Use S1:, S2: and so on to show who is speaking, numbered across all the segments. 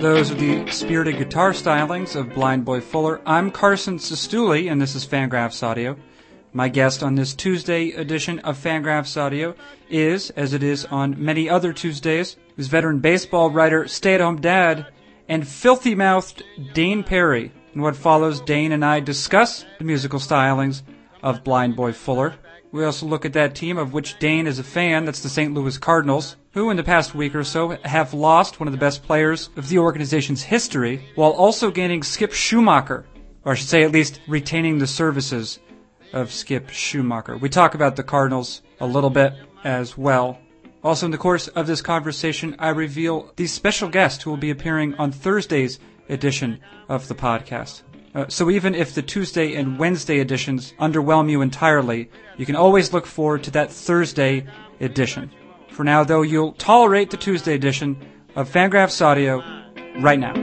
S1: Those are the spirited guitar stylings of Blind Boy Fuller. I'm Carson Sestouli, and this is Fangraphs Audio. My guest on this Tuesday edition of Fangraphs Audio is, as it is on many other Tuesdays, is veteran baseball writer, stay at home dad, and filthy mouthed Dane Perry. In what follows, Dane and I discuss the musical stylings of Blind Boy Fuller. We also look at that team of which Dane is a fan, that's the St. Louis Cardinals, who in the past week or so have lost one of the best players of the organization's history, while also gaining Skip Schumacher, or I should say at least retaining the services of Skip Schumacher. We talk about the Cardinals a little bit as well. Also, in the course of this conversation, I reveal the special guest who will be appearing on Thursday's edition of the podcast. Uh, so even if the Tuesday and Wednesday editions underwhelm you entirely, you can always look forward to that Thursday edition. For now, though, you'll tolerate the Tuesday edition of Fangraphs Audio right now.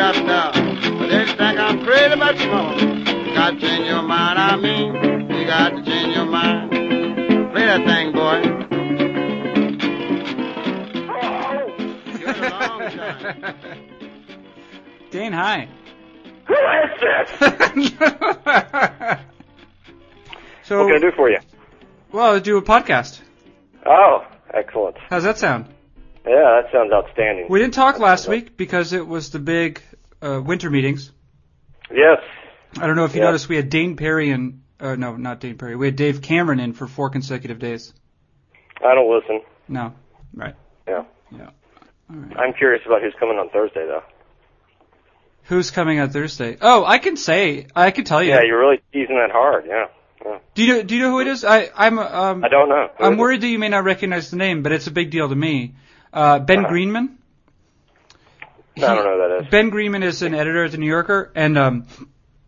S2: This thing I'm pretty much more. You gotta change your mind, I mean. You gotta change your mind. Play that thing, boy. You're the long time.
S1: Dane, hi.
S3: Who is this?
S1: so,
S3: What can I do for you?
S1: well, I'll do a podcast.
S3: Oh, excellent.
S1: How's that sound?
S3: Yeah, that sounds outstanding.
S1: We didn't talk last week because it was the big uh, winter meetings.
S3: yes.
S1: I don't know if you
S3: Yeah.
S1: noticed we had Dane Perry and uh, no, not Dane Perry. We had Dave Cameron in for four consecutive days.
S3: I don't listen.
S1: No, right?
S3: Yeah.
S1: Yeah.
S3: I'm curious about who's coming on Thursday, though.
S1: Who's coming on Thursday? Oh, I can say. I can tell you.
S3: Yeah, you're really teasing that hard. Yeah. yeah.
S1: do you know, do you know who it is? I I'm um
S3: I don't know. Who
S1: I'm
S3: is it?
S1: worried that you may not recognize the name, but it's a big deal to me. Uh, ben
S3: Uh-huh.
S1: Greenman.
S3: No, I don't know who that is.
S1: Ben Greenman is an editor at the New Yorker and um,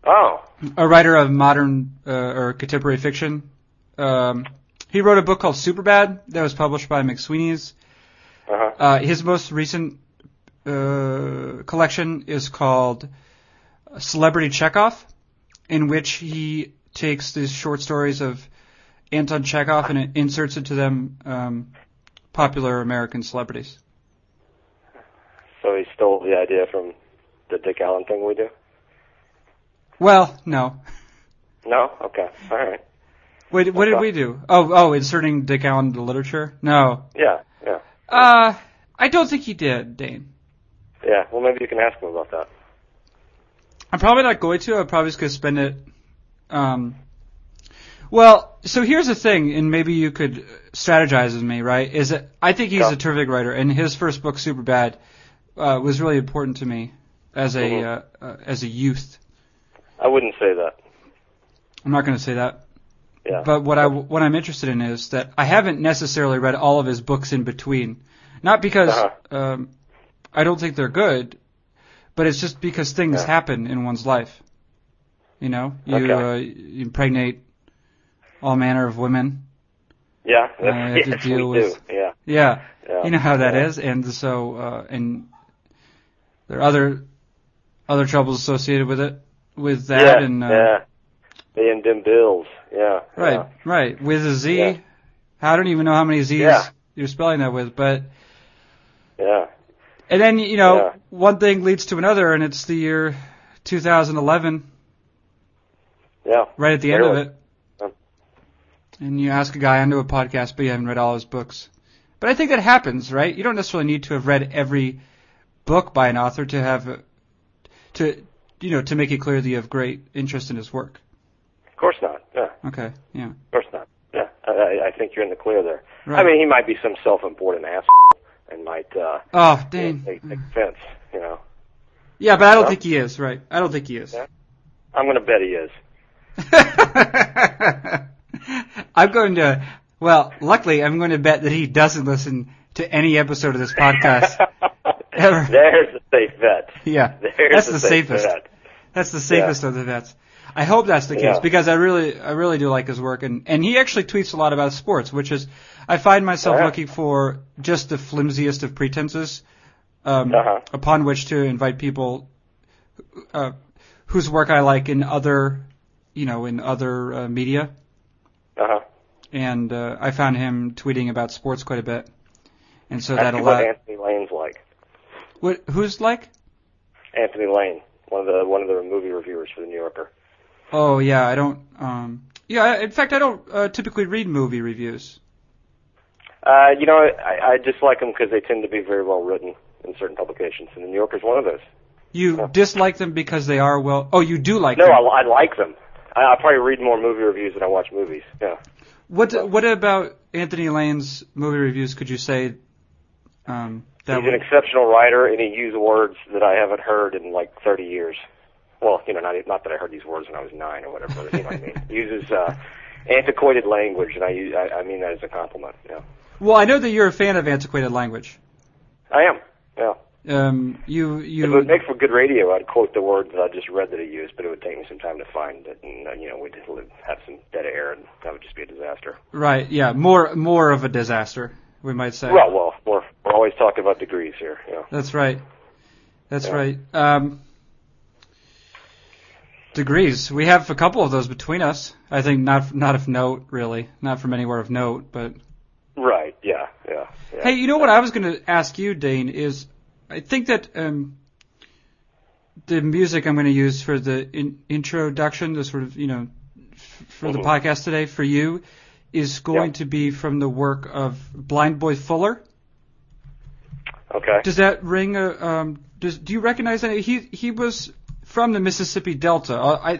S3: Oh.
S1: a writer of modern uh, or contemporary fiction. Um, he wrote a book called Superbad that was published by McSweeney's.
S3: Uh-huh.
S1: Uh, his most recent uh, collection is called Celebrity Chekhov, in which he takes these short stories of Anton Chekhov and inserts into them um, popular American celebrities.
S3: So he stole the idea from the Dick Allen thing we do?
S1: Well, no.
S3: No? Okay. All right.
S1: What, what did
S3: Okay.
S1: we do? Oh, oh, inserting Dick Allen into literature? No.
S3: Yeah. Yeah.
S1: Uh, I don't think he did, Dane.
S3: Yeah. Well, maybe you can ask him about that.
S1: I'm probably not going to. I'm probably just going to spend it. Um, well, so here's the thing, and maybe you could strategize with me, right? Is that I think he's
S3: Yeah.
S1: a terrific writer, and his first book, Superbad, uh, was really important to me as a
S3: Mhm.
S1: uh, uh, as a youth.
S3: I wouldn't say that.
S1: I'm not going to say that,
S3: Yeah.
S1: but what I what I'm interested in is that I haven't necessarily read all of his books in between, not because
S3: Uh-huh.
S1: um, I don't think they're good, but it's just because things
S3: Yeah.
S1: happen in one's life. You know, you,
S3: Okay.
S1: uh, you impregnate all manner of women.
S3: yeah.
S1: I had to
S3: yes,
S1: uh, deal
S3: we
S1: with-
S3: do. Yeah.
S1: Yeah,
S3: yeah.
S1: you know how that
S3: yeah.
S1: is, and so uh, and there are other other troubles associated with it, with that,
S3: yeah,
S1: and uh,
S3: yeah, they and them bills. Yeah,
S1: Right,
S3: yeah.
S1: right. With a Z.
S3: Yeah.
S1: I don't even know how many Z's
S3: Yeah.
S1: you're spelling that with, but
S3: yeah,
S1: and then you know
S3: Yeah.
S1: one thing leads to another, and it's the year 2011,
S3: yeah.
S1: right at the end
S3: Really?
S1: of it.
S3: Yeah.
S1: And you ask a guy onto a podcast, but you haven't read all his books. But I think that happens, right? You don't necessarily need to have read every book by an author to have a- to you know to make it clear that you have great interest in his work.
S3: Of course not. Yeah, of
S1: Okay, yeah,
S3: course not. Yeah, I- I, I think you're in the clear there.
S1: right.
S3: I mean, he might be some self-important asshole and might uh,
S1: oh,
S3: take,
S1: dang.
S3: take offense. You know,
S1: Yeah, but I don't
S3: Well-
S1: think he is, right? I don't think he is.
S3: Yeah. I'm gonna bet he is.
S1: I'm going to, well, luckily, I'm going to bet that he doesn't listen to any episode of this podcast. Ever.
S3: There's the safe bet.
S1: Yeah.
S3: There's
S1: that's
S3: the,
S1: the,
S3: safe
S1: safest.
S3: bet.
S1: That's the safest of the bets. I hope that's the case
S3: Yeah.
S1: because I really, I really do like his work and, and he actually tweets a lot about sports, which is, I find myself
S3: Yeah.
S1: looking for just the flimsiest of pretenses, um,
S3: Uh-huh.
S1: upon which to invite people, uh, whose work I like in other, you know, in other uh, media,
S3: Uh huh.
S1: and uh, I found him tweeting about sports quite a bit, and so that
S3: Ask me what
S1: allowed.
S3: Anthony Lane's like.
S1: What, who's like?
S3: Anthony Lane, one of the one of the movie reviewers for the New Yorker.
S1: Oh yeah, I don't. Um, yeah, I- in fact, I don't uh, typically read movie reviews.
S3: Uh, you know, I, I just like them because they tend to be very well written in certain publications, and the New Yorker's one of those.
S1: You dislike them because they are well. Oh, you do like
S3: No,
S1: them.
S3: I, I like them. I, I probably read more movie reviews than I watch movies. Yeah.
S1: What What about Anthony Lane's movie reviews? Could you say um, that?
S3: He's an
S1: would-
S3: exceptional writer, and he used words that I haven't heard in like 30 years. Well, you know, not not that I heard these words when I was nine or whatever. But you know what I mean? He uses uh, antiquated language, and I, use, I I mean that as a compliment. Yeah,
S1: well, I know that you're a fan of antiquated language.
S3: I am. Yeah,
S1: Um, you
S3: if it would
S1: you
S3: make for good radio, I'd quote the word that I just read that he used, but it would take me some time to find it, and uh, you know, we'd live, have some dead air, and that would just be a disaster.
S1: right? Yeah, more more of a disaster, we might say.
S3: Well, well, we're we're always talking about degrees here. Yeah.
S1: That's right. That's
S3: Yeah.
S1: right. Um, degrees. We have a couple of those between us. I think not not of note, really. Not from anywhere of note, but
S3: Right. Yeah. Yeah. yeah.
S1: Hey, you know what I was going to ask you, Dane, is I think that um, the music I'm going to use for the in- introduction, the sort of, you know, f- for the
S3: Mhm.
S1: podcast today for you, is going
S3: Yeah.
S1: to be from the work of Blind Boy Fuller.
S3: Okay.
S1: Does that ring a, um, does, do you recognize that? He, he was from the Mississippi Delta. Uh, I,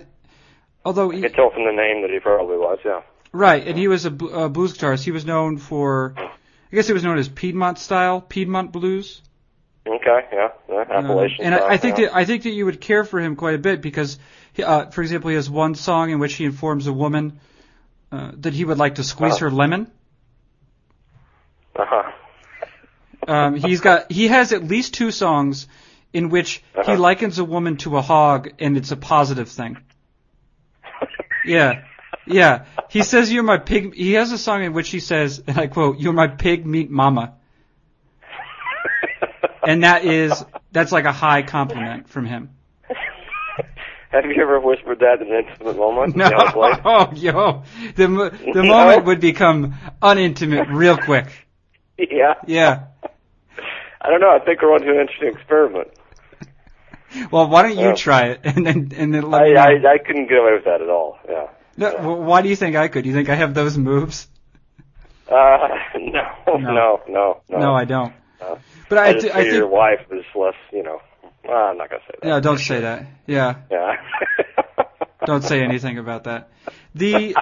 S1: although,
S3: I
S1: he,
S3: could tell from the name that he probably was. Yeah.
S1: right, and he was a, bl- a blues guitarist. He was known for, I guess he was known as Piedmont style, Piedmont blues.
S3: Okay, yeah, yeah
S1: Um,
S3: Appalachian.
S1: and I,
S3: style,
S1: I think
S3: yeah.
S1: that I think that you would care for him quite a bit because, he, uh, for example, he has one song in which he informs a woman uh, that he would like to squeeze
S3: Oh.
S1: her lemon.
S3: Uh-huh.
S1: Um, he's got he has at least two songs in which he
S3: Uh-huh.
S1: likens a woman to a hog, and it's a positive thing. Yeah, yeah. He says, "You're my pig." He has a song in which he says, and I quote, "You're my pig meat mama," and that is that's like a high compliment from him.
S3: Have you ever whispered that in an intimate moment?
S1: No,
S3: You know, like,
S1: oh, yo, the mo- the
S3: No.
S1: moment would become unintimate real quick.
S3: yeah.
S1: Yeah.
S3: I don't know. I think we're onto an interesting experiment.
S1: Well, why don't you
S3: Yeah.
S1: try it and then and then let
S3: I,
S1: me know.
S3: I I couldn't get away with that at all. Yeah.
S1: No, well, why do you think I could? You think I have those moves?
S3: Uh, no,
S1: No.
S3: no, no, no.
S1: No, I don't.
S3: No.
S1: But I,
S3: I
S1: do,
S3: just
S1: I
S3: figure your
S1: think.
S3: wife is less, you know. Well, I'm not gonna say that.
S1: No, don't say that. Yeah,
S3: Yeah.
S1: don't say anything about that. The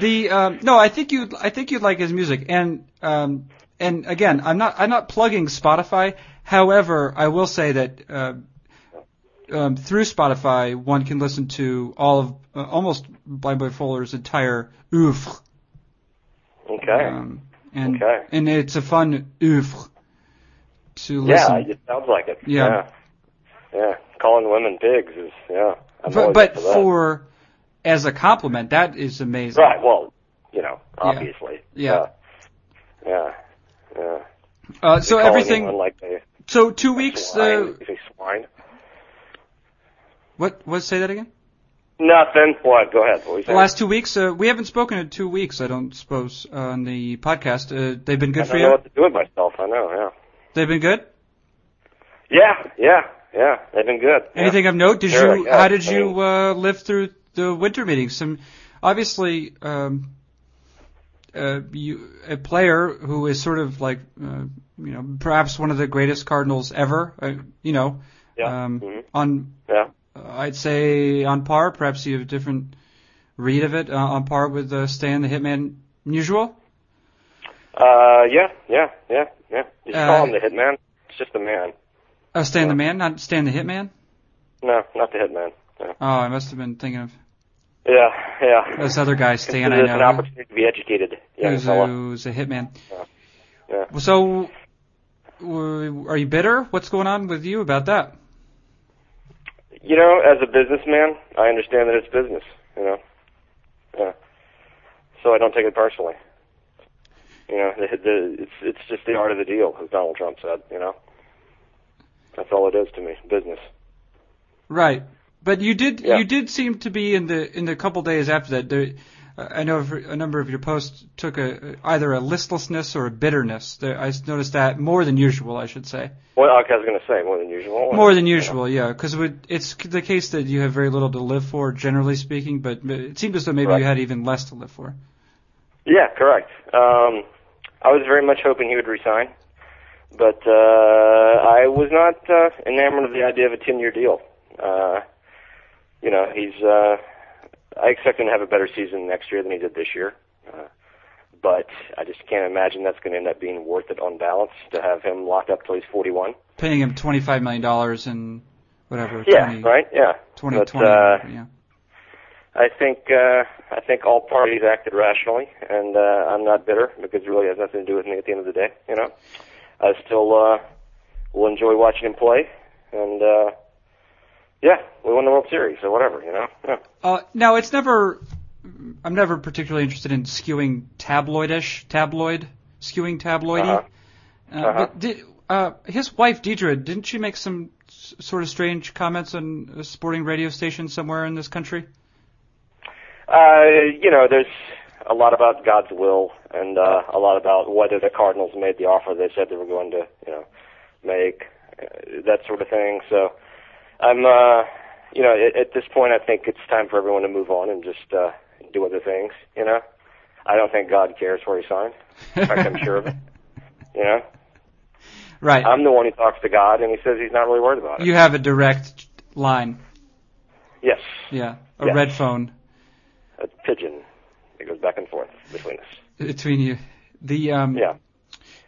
S1: the um, no, I think you I think you'd like his music and um, and again, I'm not I'm not plugging Spotify. However, I will say that uh, um, through Spotify, one can listen to all of uh, almost Blind Boy Fuller's entire oeuvre.
S3: okay.
S1: Um, and
S3: Okay.
S1: and it's a fun oeuvre to
S3: yeah,
S1: listen.
S3: it sounds like it.
S1: Yeah.
S3: Yeah. Yeah. Calling women pigs is yeah. I'm
S1: but
S3: always
S1: but
S3: up for that.
S1: for as a compliment, that is amazing.
S3: Right. Well, you know, obviously. Uh,
S1: Yeah.
S3: Yeah. Yeah. yeah.
S1: Uh, so
S3: They call
S1: everything.
S3: anyone like they
S1: So two weeks.
S3: swine.
S1: Uh,
S3: They say swine.
S1: what what? Say that again.
S3: Nothing. What? Go ahead. What were you
S1: The
S3: saying?
S1: last two weeks, uh, we haven't spoken in two weeks. I don't suppose uh, on the podcast. Uh, they've been
S3: I
S1: good
S3: don't
S1: for
S3: know
S1: you.
S3: what to do with myself. I know.
S1: They've been good.
S3: Yeah. Yeah. Yeah. Yeah. They've been good. Yeah.
S1: Anything of note? Did
S3: Sure,
S1: you?
S3: yeah. Oh.
S1: How did
S3: I
S1: you
S3: mean-
S1: uh, live through the winter meetings? Some, obviously, um, uh, you a player who is sort of like, uh, you know, perhaps one of the greatest Cardinals ever. Uh, you know,
S3: Yeah.
S1: um,
S3: Mhm.
S1: on
S3: Yeah.
S1: uh, I'd say on par. Perhaps you have a different read of it. Uh, on par with uh, Stan the Hitman Usual.
S3: Uh. Yeah. Yeah. Yeah. Yeah. You
S1: Uh,
S3: just call him the hitman. It's just the man.
S1: Uh, Stan the
S3: Yeah.
S1: Man, not Stan the Hitman.
S3: No, not the hitman. No.
S1: Oh, I must have been thinking of
S3: Yeah. Yeah.
S1: this other guy, Stan.
S3: Consider
S1: I
S3: this
S1: know.
S3: an opportunity to be educated, young
S1: who's,
S3: fella.
S1: a, who's a hitman.
S3: Yeah.
S1: So, w- are you bitter? What's going on with you about that?
S3: You know, as a businessman, I understand that it's business. You know, yeah. So I don't take it personally. You know, the, the, it's it's just the art of the deal, as Donald Trump said. You know, that's all it is to me, business.
S1: Right. But you did
S3: Yeah.
S1: you did seem to be in the in the couple days after that. There, I know a number of your posts took a either a listlessness or a bitterness. There, I noticed that more than usual, I should say.
S3: Well, okay, I was going to say more than usual.
S1: More than usual, yeah, because it's the case that you have very little to live for, generally speaking. But it seemed as though maybe
S3: Right.
S1: you had even less to live for.
S3: Yeah, correct. Um, I was very much hoping he would resign, but uh, I was not uh, enamored of the idea of a ten-year deal. Uh, you know, he's. Uh, I expect him to have a better season next year than he did this year, uh, but I just can't imagine that's going to end up being worth it on balance to have him locked up till he's 41.
S1: Paying him twenty five million dollars and whatever.
S3: Yeah,
S1: 20,
S3: right. Yeah,
S1: Twenty
S3: But,
S1: twenty.
S3: uh,
S1: yeah.
S3: I think uh, I think all parties acted rationally, and uh, I'm not bitter because it really has nothing to do with me at the end of the day. You know, I still uh, will enjoy watching him play, and uh, yeah, we won the World Series, so whatever. You know, yeah.
S1: Uh, now it's never. I'm never particularly interested in skewing tabloidish, tabloid, skewing tabloidy.
S3: Uh-huh.
S1: Uh,
S3: Uh-huh.
S1: But did, uh, his wife Deidre, didn't she make some s- sort of strange comments on a sporting radio station somewhere in this country?
S3: Uh, you know, there's a lot about God's will and uh, a lot about whether the Cardinals made the offer they said they were going to, you know, make uh, that sort of thing. So I'm, uh, you know, at, at this point, I think it's time for everyone to move on and just uh, do other things. You know, I don't think God cares where he signed. In fact, I'm sure of it. Um, You know,
S1: Right.
S3: I'm the one who talks to God, and he says he's not really worried about it.
S1: you have a direct line.
S3: yes,
S1: Yeah. A
S3: Yes.
S1: red phone
S3: a pigeon. It goes back and forth between us.
S1: between you. The um,
S3: Yeah.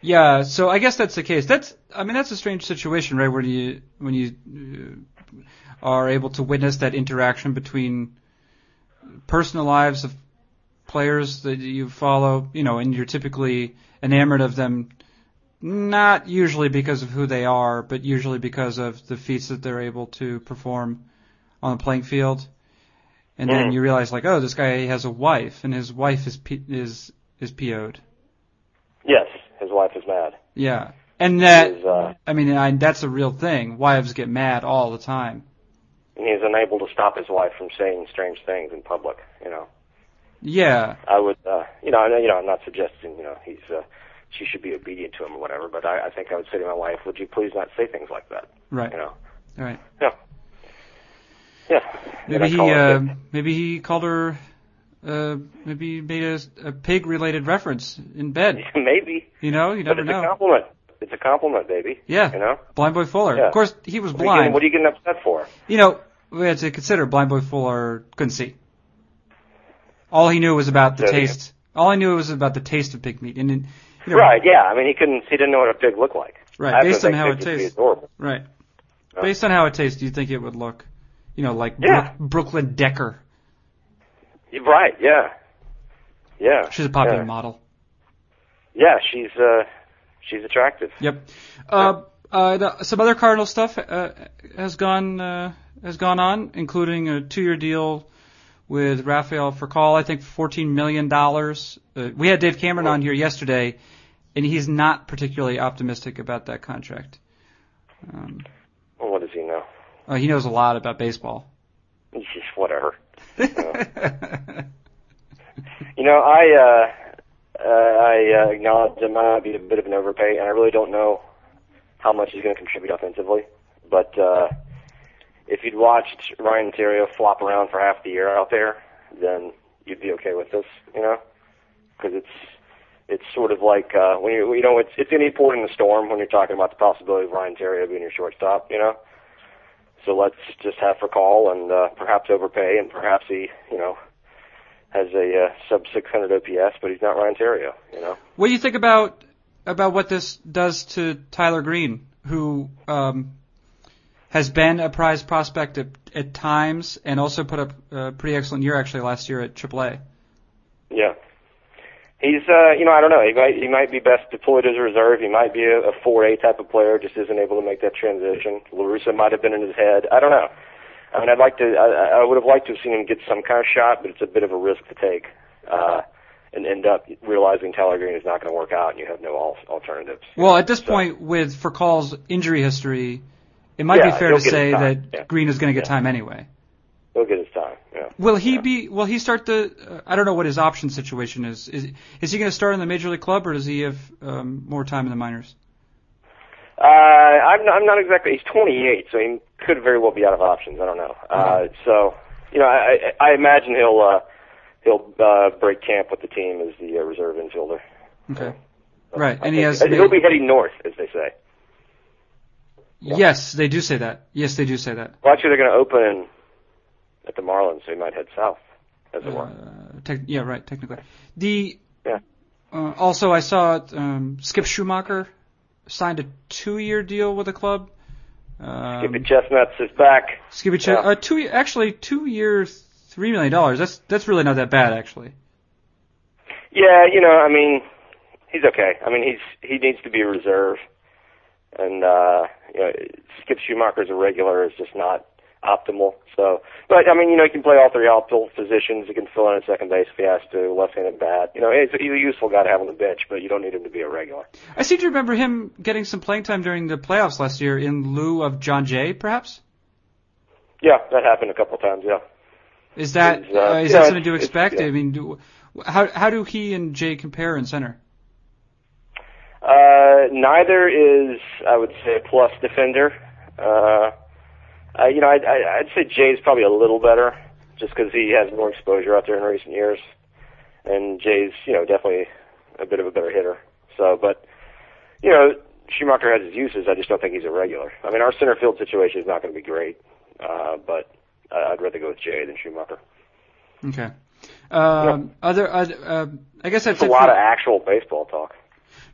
S1: Yeah, so I guess that's the case. That's I mean that's a strange situation, right? When you when you uh, are able to witness that interaction between personal lives of players that you follow, you know, and you're typically enamored of them, not usually because of who they are, but usually because of the feats that they're able to perform on the playing field. And then
S3: Mhm.
S1: you realize like, oh, this guy has a wife, and his wife is P- is is PO'd.
S3: Yes, his wife is mad.
S1: Yeah, and that
S3: Is, uh,
S1: I mean, I, that's a real thing. Wives get mad all the time.
S3: and he's unable to stop his wife from saying strange things in public. You know,
S1: Yeah,
S3: I would, uh, you know, I know, you know, I'm not suggesting, you know, he's, uh, she should be obedient to him or whatever, but I, I think I would say to my wife, would you please not say things like that?
S1: right,
S3: You know,
S1: right.
S3: yeah. And
S1: Maybe
S3: I
S1: he,
S3: call
S1: uh,
S3: her a bitch.
S1: maybe he called her, uh, maybe he made a, a pig-related reference in bed.
S3: maybe,
S1: You know, uh, you
S3: but
S1: never
S3: it's a
S1: know.
S3: compliment. It's a compliment, baby.
S1: Yeah.
S3: You know,
S1: Blind Boy Fuller.
S3: Yeah.
S1: Of course, he was
S3: what are, you getting,
S1: blind.
S3: what are you getting upset for?
S1: you know, we had to consider Blind Boy Fuller couldn't see. All he knew was about the
S3: Say that again.
S1: taste. All he knew was about the taste of pig meat, and then, you know,
S3: Right. Yeah. I mean, he couldn't. He didn't know what a pig looked like.
S1: right,
S3: I happen to
S1: based on
S3: think
S1: how it
S3: pigs would be
S1: tastes.
S3: adorable.
S1: Right.
S3: Yeah.
S1: Based on how it tastes, do you think it would look, you know, like
S3: Yeah.
S1: Brook- Brooklyn Decker?
S3: Right. Yeah. Yeah.
S1: She's a popular
S3: yeah.
S1: model.
S3: Yeah. She's uh, she's attractive.
S1: Yep. Uh, uh, the, some other Cardinal stuff uh, has gone uh, has gone on, including a two-year deal with Rafael Furcal. I think for fourteen million dollars. Uh, we had Dave Cameron
S3: Oh.
S1: on here yesterday, and he's not particularly optimistic about that contract. Um,
S3: Well, what does he know?
S1: oh, he knows a lot about baseball.
S3: It's just whatever. You know, I uh, uh, I uh, acknowledge that might be a bit of an overpay, and I really don't know how much he's going to contribute offensively. But uh, if you'd watched Ryan Terrio flop around for half the year out there, then you'd be okay with this, you know, because it's it's sort of like uh, when you you know it's it's any port in the storm when you're talking about the possibility of Ryan Terrio being your shortstop, you know. So let's just have for call and uh, perhaps overpay, and perhaps he you know has a uh, sub 600 OPS, but he's not Ryan Terrio, you know.
S1: What do you think about about what this does to Tyler Green, who um, has been a prize prospect at, at times and also put up a pretty excellent year actually last year at AAA?
S3: Yeah. He's, uh, you know, I don't know. He might, he might be best deployed as a reserve. He might be a, a 4A type of player. Just isn't able to make that transition. Larusa might have been in his head. I don't know. I mean, I'd like to. I, I would have liked to have seen him get some kind of shot, but it's a bit of a risk to take, uh, and end up realizing Tyler Green is not going to work out, and you have no al- alternatives.
S1: Well, at this
S3: So-
S1: point, with Furcall's injury history, it might
S3: Yeah,
S1: be fair
S3: he'll
S1: to
S3: get
S1: say
S3: his time.
S1: that
S3: Yeah.
S1: Green is going to get
S3: Yeah.
S1: time anyway.
S3: He'll get his time. Yeah.
S1: Will he
S3: Yeah.
S1: be? Will he start the? Uh, I don't know what his option situation is. Is is he going to start in the major league club, or does he have um, more time in the minors?
S3: Uh, I'm not, I'm not exactly. He's 28, so he could very well be out of options. I don't know. Uh,
S1: Mm-hmm.
S3: so you know, I, I I imagine he'll uh, he'll uh, break camp with the team as the uh, reserve infielder.
S1: Okay. Right,
S3: Uh, I
S1: and he has-
S3: think- He'll be heading north, as they say.
S1: Yes, they do say that. Yes, they do say that.
S3: Well, actually, they're going to open at the Marlins, so he might head south, as it were.
S1: Uh, tech, yeah, right. Technically, the
S3: Yeah.
S1: uh, also I saw um, Skip Schumacher signed a two-year deal with the club. Um,
S3: Skip Chestnuts is back.
S1: Skippy Ch- uh,
S3: Yeah.
S1: two actually two years, three million dollars. That's that's really not that bad actually.
S3: Yeah, you know, I mean, he's okay. I mean, he's he needs to be a reserve, and uh, you know, Skip Schumacher as a regular is just not optimal. So, but I mean, you know, he can play all three outfield positions. He can fill in at second base if he has to, left-handed bat. You know, he's, he's a useful guy to have on the bench, but you don't need him to be a regular.
S1: I seem to remember him getting some playing time during the playoffs last year in lieu of John Jay, perhaps.
S3: Yeah, that happened a couple times. Yeah.
S1: Is that
S3: It's, uh,
S1: uh, is
S3: yeah,
S1: that something to
S3: it's- it's-
S1: expect?
S3: yeah.
S1: I mean, do, how how do he and Jay compare in center?
S3: Uh, neither is, I would say, a plus defender. Uh, uh, you know, I'd, I- I'd say Jay's probably a little better, just because he has more exposure out there in recent years, and Jay's, you know, definitely a bit of a better hitter. So, but you know, Schumacher has his uses. I just don't think he's a regular. I mean, our center field situation is not going to be great, uh, but uh, I'd rather go with Jay than Schumacher.
S1: Okay. Um, Other, other uh, I guess that's
S3: It's a
S1: it
S3: lot
S1: for-
S3: of actual baseball talk.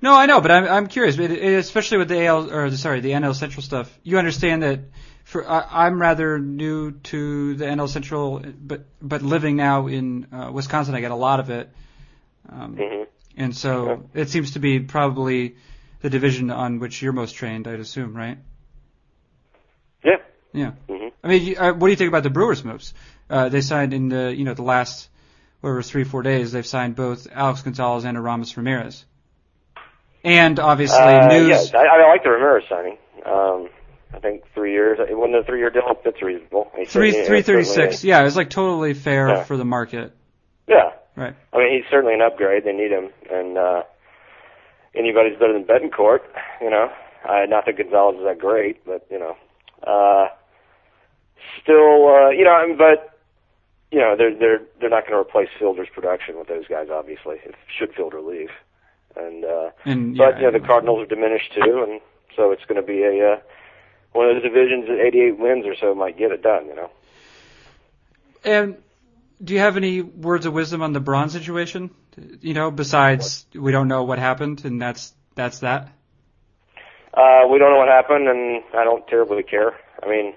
S1: No, I know, but I'm I'm curious, it, it, especially with the AL or sorry, the NL Central stuff. You understand that for I, I'm rather new to the NL Central, but but living now in uh, Wisconsin, I get a lot of it, um,
S3: hmm
S1: and so it seems to be probably the division on which you're most trained, I'd assume, right?
S3: Yeah.
S1: Yeah.
S3: hmm
S1: I mean, you, uh, what do you think about the Brewers' moves? Uh, they signed in the you know the last whatever three four days they've signed both Alex Gonzalez and Aramis Ramirez, and obviously
S3: Uh,
S1: news.
S3: Yeah, I, I like the Ramirez signing. Um, I think three years. It wasn't a three-year deal. That's reasonable. He
S1: Three
S3: certainly-
S1: three thirty six.
S3: certainly-
S1: Yeah, it's like totally fair
S3: Yeah.
S1: for the market.
S3: Yeah.
S1: Right.
S3: I mean, he's certainly an upgrade. They need him, and uh, anybody's better than Betancourt. You know, uh, not that Gonzalez is that great, but you know, uh, still, uh, you know, I mean, but you know, they're they're they're not going to replace Fielder's production with those guys, obviously. If should Fielder leave, and uh,
S1: And yeah,
S3: But you know the Cardinals are diminished too, and so it's going to be a uh, one of those divisions that 88 wins or so might get it done. You know,
S1: And do you have any words of wisdom on the Braun situation? You know, besides we don't know what happened, and that's that's that.
S3: uh, we don't know what happened, and I don't terribly care. I mean,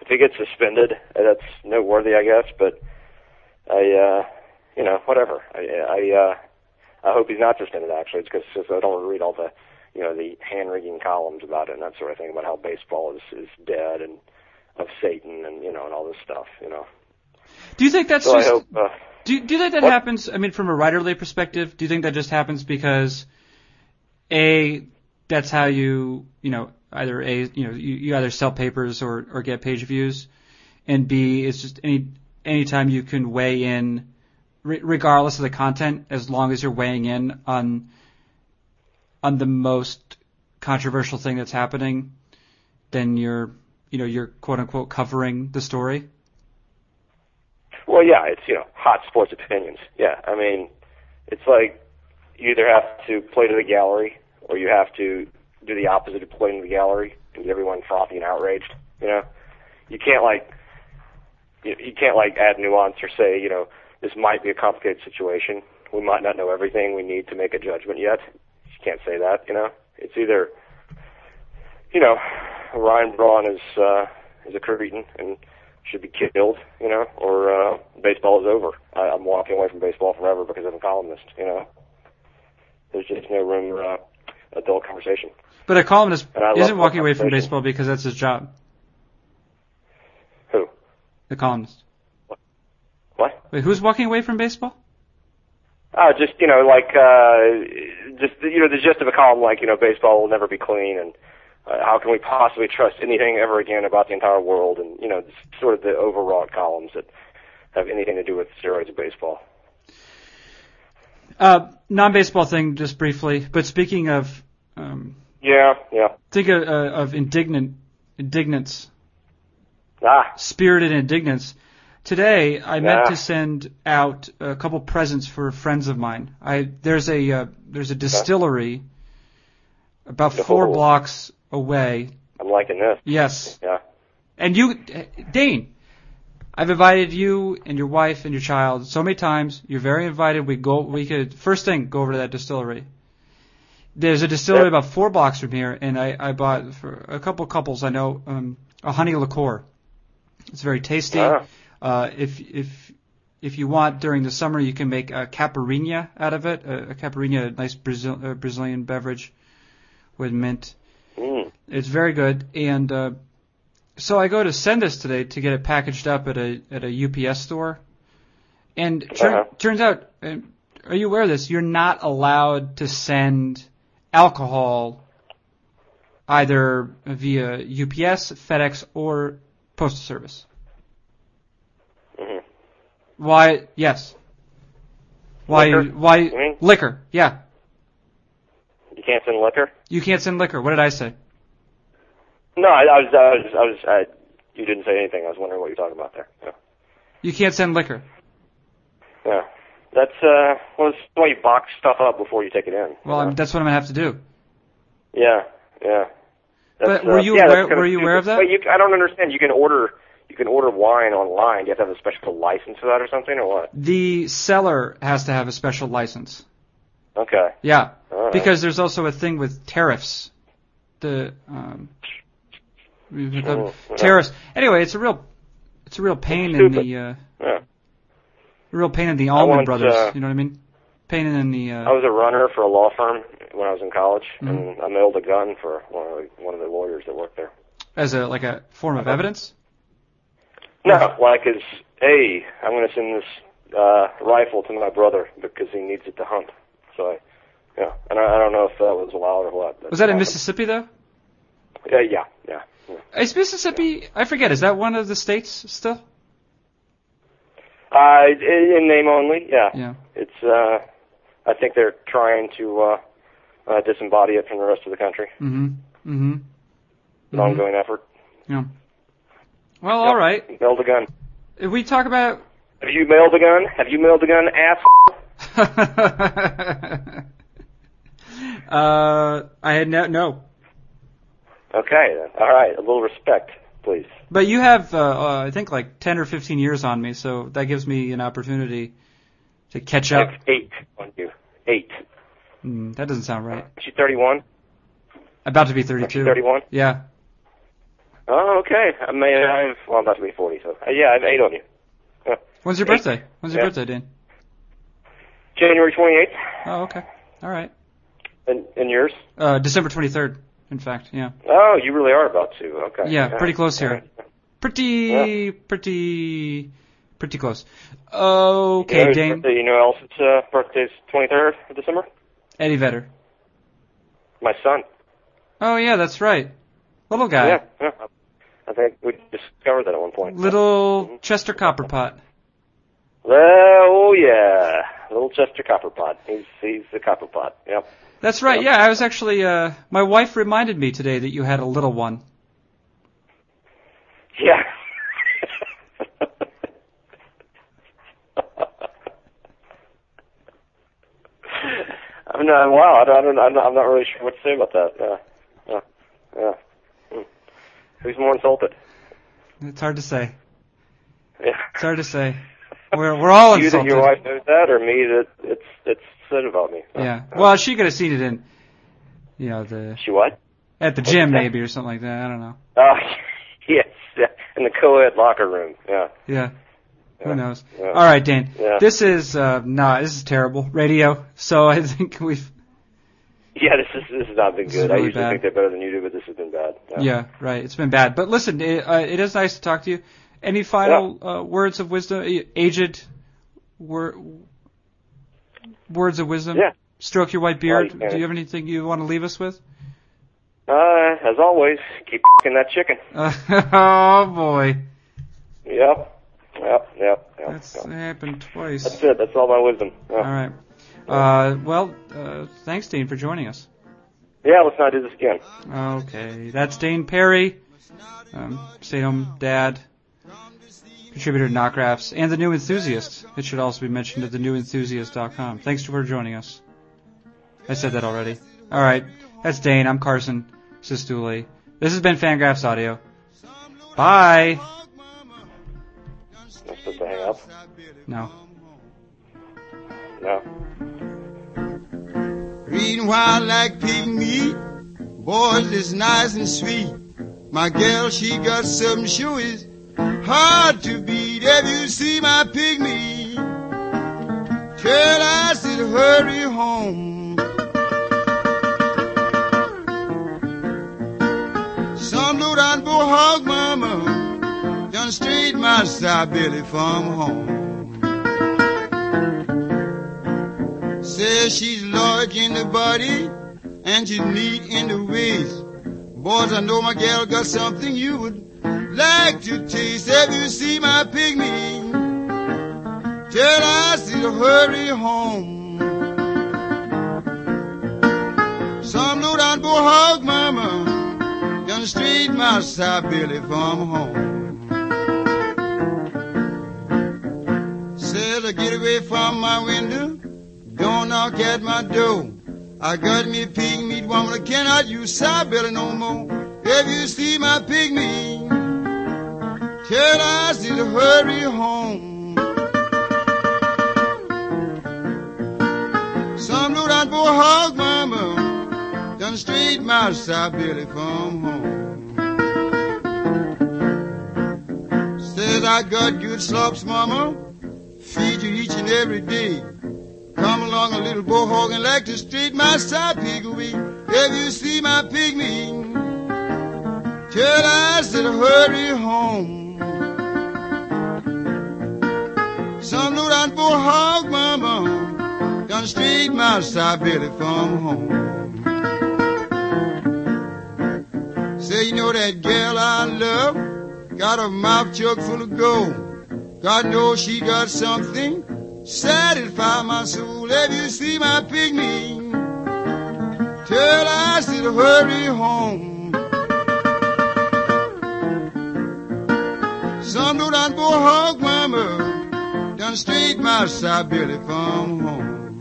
S3: if he gets suspended, uh, that's noteworthy, I guess. But I, uh, you know, whatever. I, I, uh, I hope he's not suspended. Actually, it's because I don't read all the, you know, the hand wringing columns about it and that sort of thing about how baseball is is dead and of Satan and you know and all this stuff. You know,
S1: Do you think that's
S3: so
S1: just
S3: I hope. Uh,
S1: Do do you think that
S3: What?
S1: happens? I mean, from a writerly perspective, do you think that just happens because a that's how you you know either a you know you, you either sell papers or or get page views, and b it's just any any time you can weigh in, re- regardless of the content, as long as you're weighing in on on the most controversial thing that's happening, then you're you know you're quote unquote covering the story.
S3: Well, yeah, it's you know hot sports opinions. Yeah, I mean, it's like you either have to play to the gallery or you have to do the opposite of playing to the gallery and get everyone frothy and outraged. You know, you can't like you, you can't like add nuance or say you know this might be a complicated situation. We might not know everything we need to make a judgment yet. You can't say that. You know, it's either you know Ryan Braun is uh, is a cretin and should be killed, you know, or uh, baseball is over. I, I'm walking away from baseball forever because I'm a columnist, you know. There's just no room for uh, adult conversation.
S1: But a columnist
S3: And I love
S1: isn't walking away from
S3: conversation.
S1: baseball because that's his job.
S3: Who?
S1: The columnist.
S3: What?
S1: Wait, who's walking away from baseball?
S3: Oh, just you know, like uh, just you know, the gist of a column like you know, baseball will never be clean, and uh, how can we possibly trust anything ever again about the entire world, and you know, sort of the overwrought columns that have anything to do with steroids or baseball.
S1: Uh, non-baseball thing, just briefly. But speaking of, um,
S3: Yeah, yeah.
S1: think of, uh, of indignant, indignance,
S3: Ah,
S1: spirited indignance. Today, I meant
S3: Yeah.
S1: to send out a couple presents for friends of mine. I there's a uh, there's a distillery about four
S3: Oh.
S1: blocks away.
S3: I'm liking this.
S1: Yes,
S3: Yeah.
S1: and you, Dane. I've invited you and your wife and your child so many times. You're very invited. We go. We could first thing go over to that distillery. There's a distillery
S3: Yeah.
S1: about four blocks from here, and I, I bought for a couple couples I know um, a honey liqueur. It's very tasty.
S3: Ah.
S1: Uh, if if if you want during the summer, you can make a caipirinha out of it. A, a caipirinha, a nice Brazil, uh, Brazilian beverage with mint.
S3: Mm.
S1: It's very good. And uh, so I go to send this today to get it packaged up at a at a UPS store. And tur-
S3: Uh-huh.
S1: turns out, uh, are you aware of this? You're not allowed to send alcohol either via UPS, FedEx, or Postal Service.
S3: Mhm.
S1: Why? Yes. Why?
S3: Liquor,
S1: Why?
S3: you mean?
S1: Liquor. Yeah.
S3: You can't send liquor.
S1: You can't send liquor. What did I say?
S3: No, I, I was, I was, I was. I, you didn't say anything. I was wondering what you're talking about there. Yeah.
S1: You can't send liquor.
S3: yeah. That's uh, well, it's the way you box stuff up before you take it in.
S1: Well, I'm,
S3: Yeah.
S1: that's what I'm gonna have to do.
S3: Yeah, yeah. That's, uh,
S1: But were you
S3: yeah, that's
S1: aware-
S3: kinda
S1: were you aware of
S3: stupid.
S1: that?
S3: Wait, you, I don't understand. You can order you can order wine online. Do you have to have a special license for that or something or what?
S1: The seller has to have a special license.
S3: Okay.
S1: Yeah,
S3: All right.
S1: because there's also a thing with tariffs. The um, we've become-
S3: yeah.
S1: tariffs. Anyway, it's a real, it's a real pain in
S3: Stupid.
S1: the, uh,
S3: yeah.
S1: a real pain in the Allman
S3: once,
S1: Brothers.
S3: uh,
S1: you know what I mean? Pain in the. Uh,
S3: I was a runner for a law firm when I was in college,
S1: Mhm.
S3: and I mailed a gun for one of the, one of the lawyers that worked there.
S1: as a like a form
S3: Uh-huh.
S1: of evidence.
S3: No, like is hey, I'm going to send this uh, rifle to my brother because he needs it to hunt. So, I, yeah, and I, I don't know if that was allowed or what. but-
S1: Was that in Mississippi though?
S3: Yeah, yeah, yeah. yeah.
S1: Is Mississippi? I forget. Is that one of the states still?
S3: Uh, in in name only, yeah.
S1: Yeah.
S3: It's, uh, I think they're trying to uh, uh, disembody it from the rest of the country.
S1: Mm-hmm. Mm-hmm.
S3: An ongoing effort.
S1: Yeah. Well, Mm-hmm. all right.
S3: Mailed a gun.
S1: If we talk about
S3: Have you mailed a gun? Have you mailed a gun, ass?
S1: uh, I had no, no.
S3: Okay, then. All right. A little respect, please.
S1: But you have, uh, uh, I think, like 10 or 15 years on me, so that gives me an opportunity to catch
S3: I
S1: up.
S3: have eight on you. Eight.
S1: Mm, that doesn't sound right.
S3: Is she 31?
S1: About to be 32.
S3: 31?
S1: Yeah.
S3: Oh, okay. I may have, well, I'm about to be 40, so. Uh, yeah, I have eight on you. Uh, Huh.
S1: When's your
S3: Eight.
S1: birthday? When's your
S3: Yeah.
S1: birthday, Dan?
S3: January 28th.
S1: Oh, okay. All right.
S3: And, and yours?
S1: Uh, December 23rd, in fact. Yeah.
S3: Oh, you really are about to. Okay. Uh,
S1: Yeah,
S3: All right.
S1: pretty close here.
S3: All right.
S1: Pretty, pretty, pretty close. Okay,
S3: you know,
S1: Dane.
S3: Birthday, you know who else's uh, birthday's 23rd of December?
S1: Eddie Vedder.
S3: My son.
S1: Oh, yeah, that's right. Little guy.
S3: yeah, yeah. I think we discovered that at one point. Mm-hmm.
S1: Little Chester Copperpot.
S3: Well, oh yeah, little Chester Copperpot. He's he's the Copperpot. Yep.
S1: That's right.
S3: Yeah.
S1: Yeah, I was actually. Uh, my wife reminded me today that you had a little one.
S3: Yeah. I'm not. Wow. I don't. I don't I'm, not, I'm not really sure what to say about that. Yeah. Yeah. Yeah. Hmm. Who's more insulted?
S1: It's hard to say.
S3: Yeah.
S1: It's hard to say. We're we're all
S3: you
S1: insulted.
S3: that your wife knows that, or me that it's it's said about me.
S1: yeah. Well, she could have seen it in, you know, the
S3: she what?
S1: at the gym
S3: that?
S1: maybe or something like that. I don't know.
S3: Oh, yes, yeah, in the co-ed locker room. Yeah.
S1: Yeah. Who
S3: Yeah.
S1: knows?
S3: Yeah.
S1: All right, Dan.
S3: Yeah.
S1: This is uh, nah. This is terrible radio. So I think we've
S3: Yeah, this is this has not been
S1: This is
S3: good. I
S1: really
S3: usually
S1: bad.
S3: think they're better than you do, but this has been bad.
S1: yeah, right. It's been bad. But listen, it, uh, it is nice to talk to you. Any final uh, words of wisdom? A- Aged wor- words of wisdom.
S3: Yeah.
S1: Stroke your white beard.
S3: Well, you can.
S1: Do you have anything you want to leave us with?
S3: Uh, as always, keep f***ing that chicken.
S1: oh boy,
S3: Yep. Yep. Yep. Yep.
S1: that's
S3: yep.
S1: happened twice.
S3: That's it. That's all my wisdom. Yeah.
S1: All right. Uh, well, uh, thanks, Dean, for joining us.
S3: yeah. Let's not do this again.
S1: Okay, that's Dane Perry, um, stay home dad, contributor to Knockrafts, and the new enthusiast. It should also be mentioned at thenewenthusiast.com. Thanks for joining us. I said that already. All right, that's Dane. I'm Carson Sestouli. This has been Fangraphs Audio. Bye.
S3: I'm supposed to hang up.
S1: No.
S3: No.
S4: Reading wild like pig meat. Boys, it's nice and sweet. My girl, she got some shoe is hard to beat. If you see my pig meat, tell I said hurry home. Some low down hog mama done strayed my side belly from home. Says she's large in the body and she's neat in the waist. Boys, I know my gal got something you would like to taste. Have you seen my pygmy? Tell us to hurry home. Some low down bullhog mama done strayed my side belly from home. Said I get away from my window. Don't knock at my door. I got me a pig meat woman. I cannot use side belly no more. If you see my pig meat, tell us to hurry home. Some low down poor hog mama done strayed my side belly from home. Says I got good slops, mama. Feed you each and every day. Come along a little bullhog and like to straight my side pig away. If you see my pygmy, tell I said hurry home. Some new down bullhog mama done straight my side belly from home. Say you know that girl I love got a mouth chuck full of gold. God knows she got something satisfy my soul. If you see my pygmy, tell I said hurry home. Some do not go hog mama, done straight my side belly from home.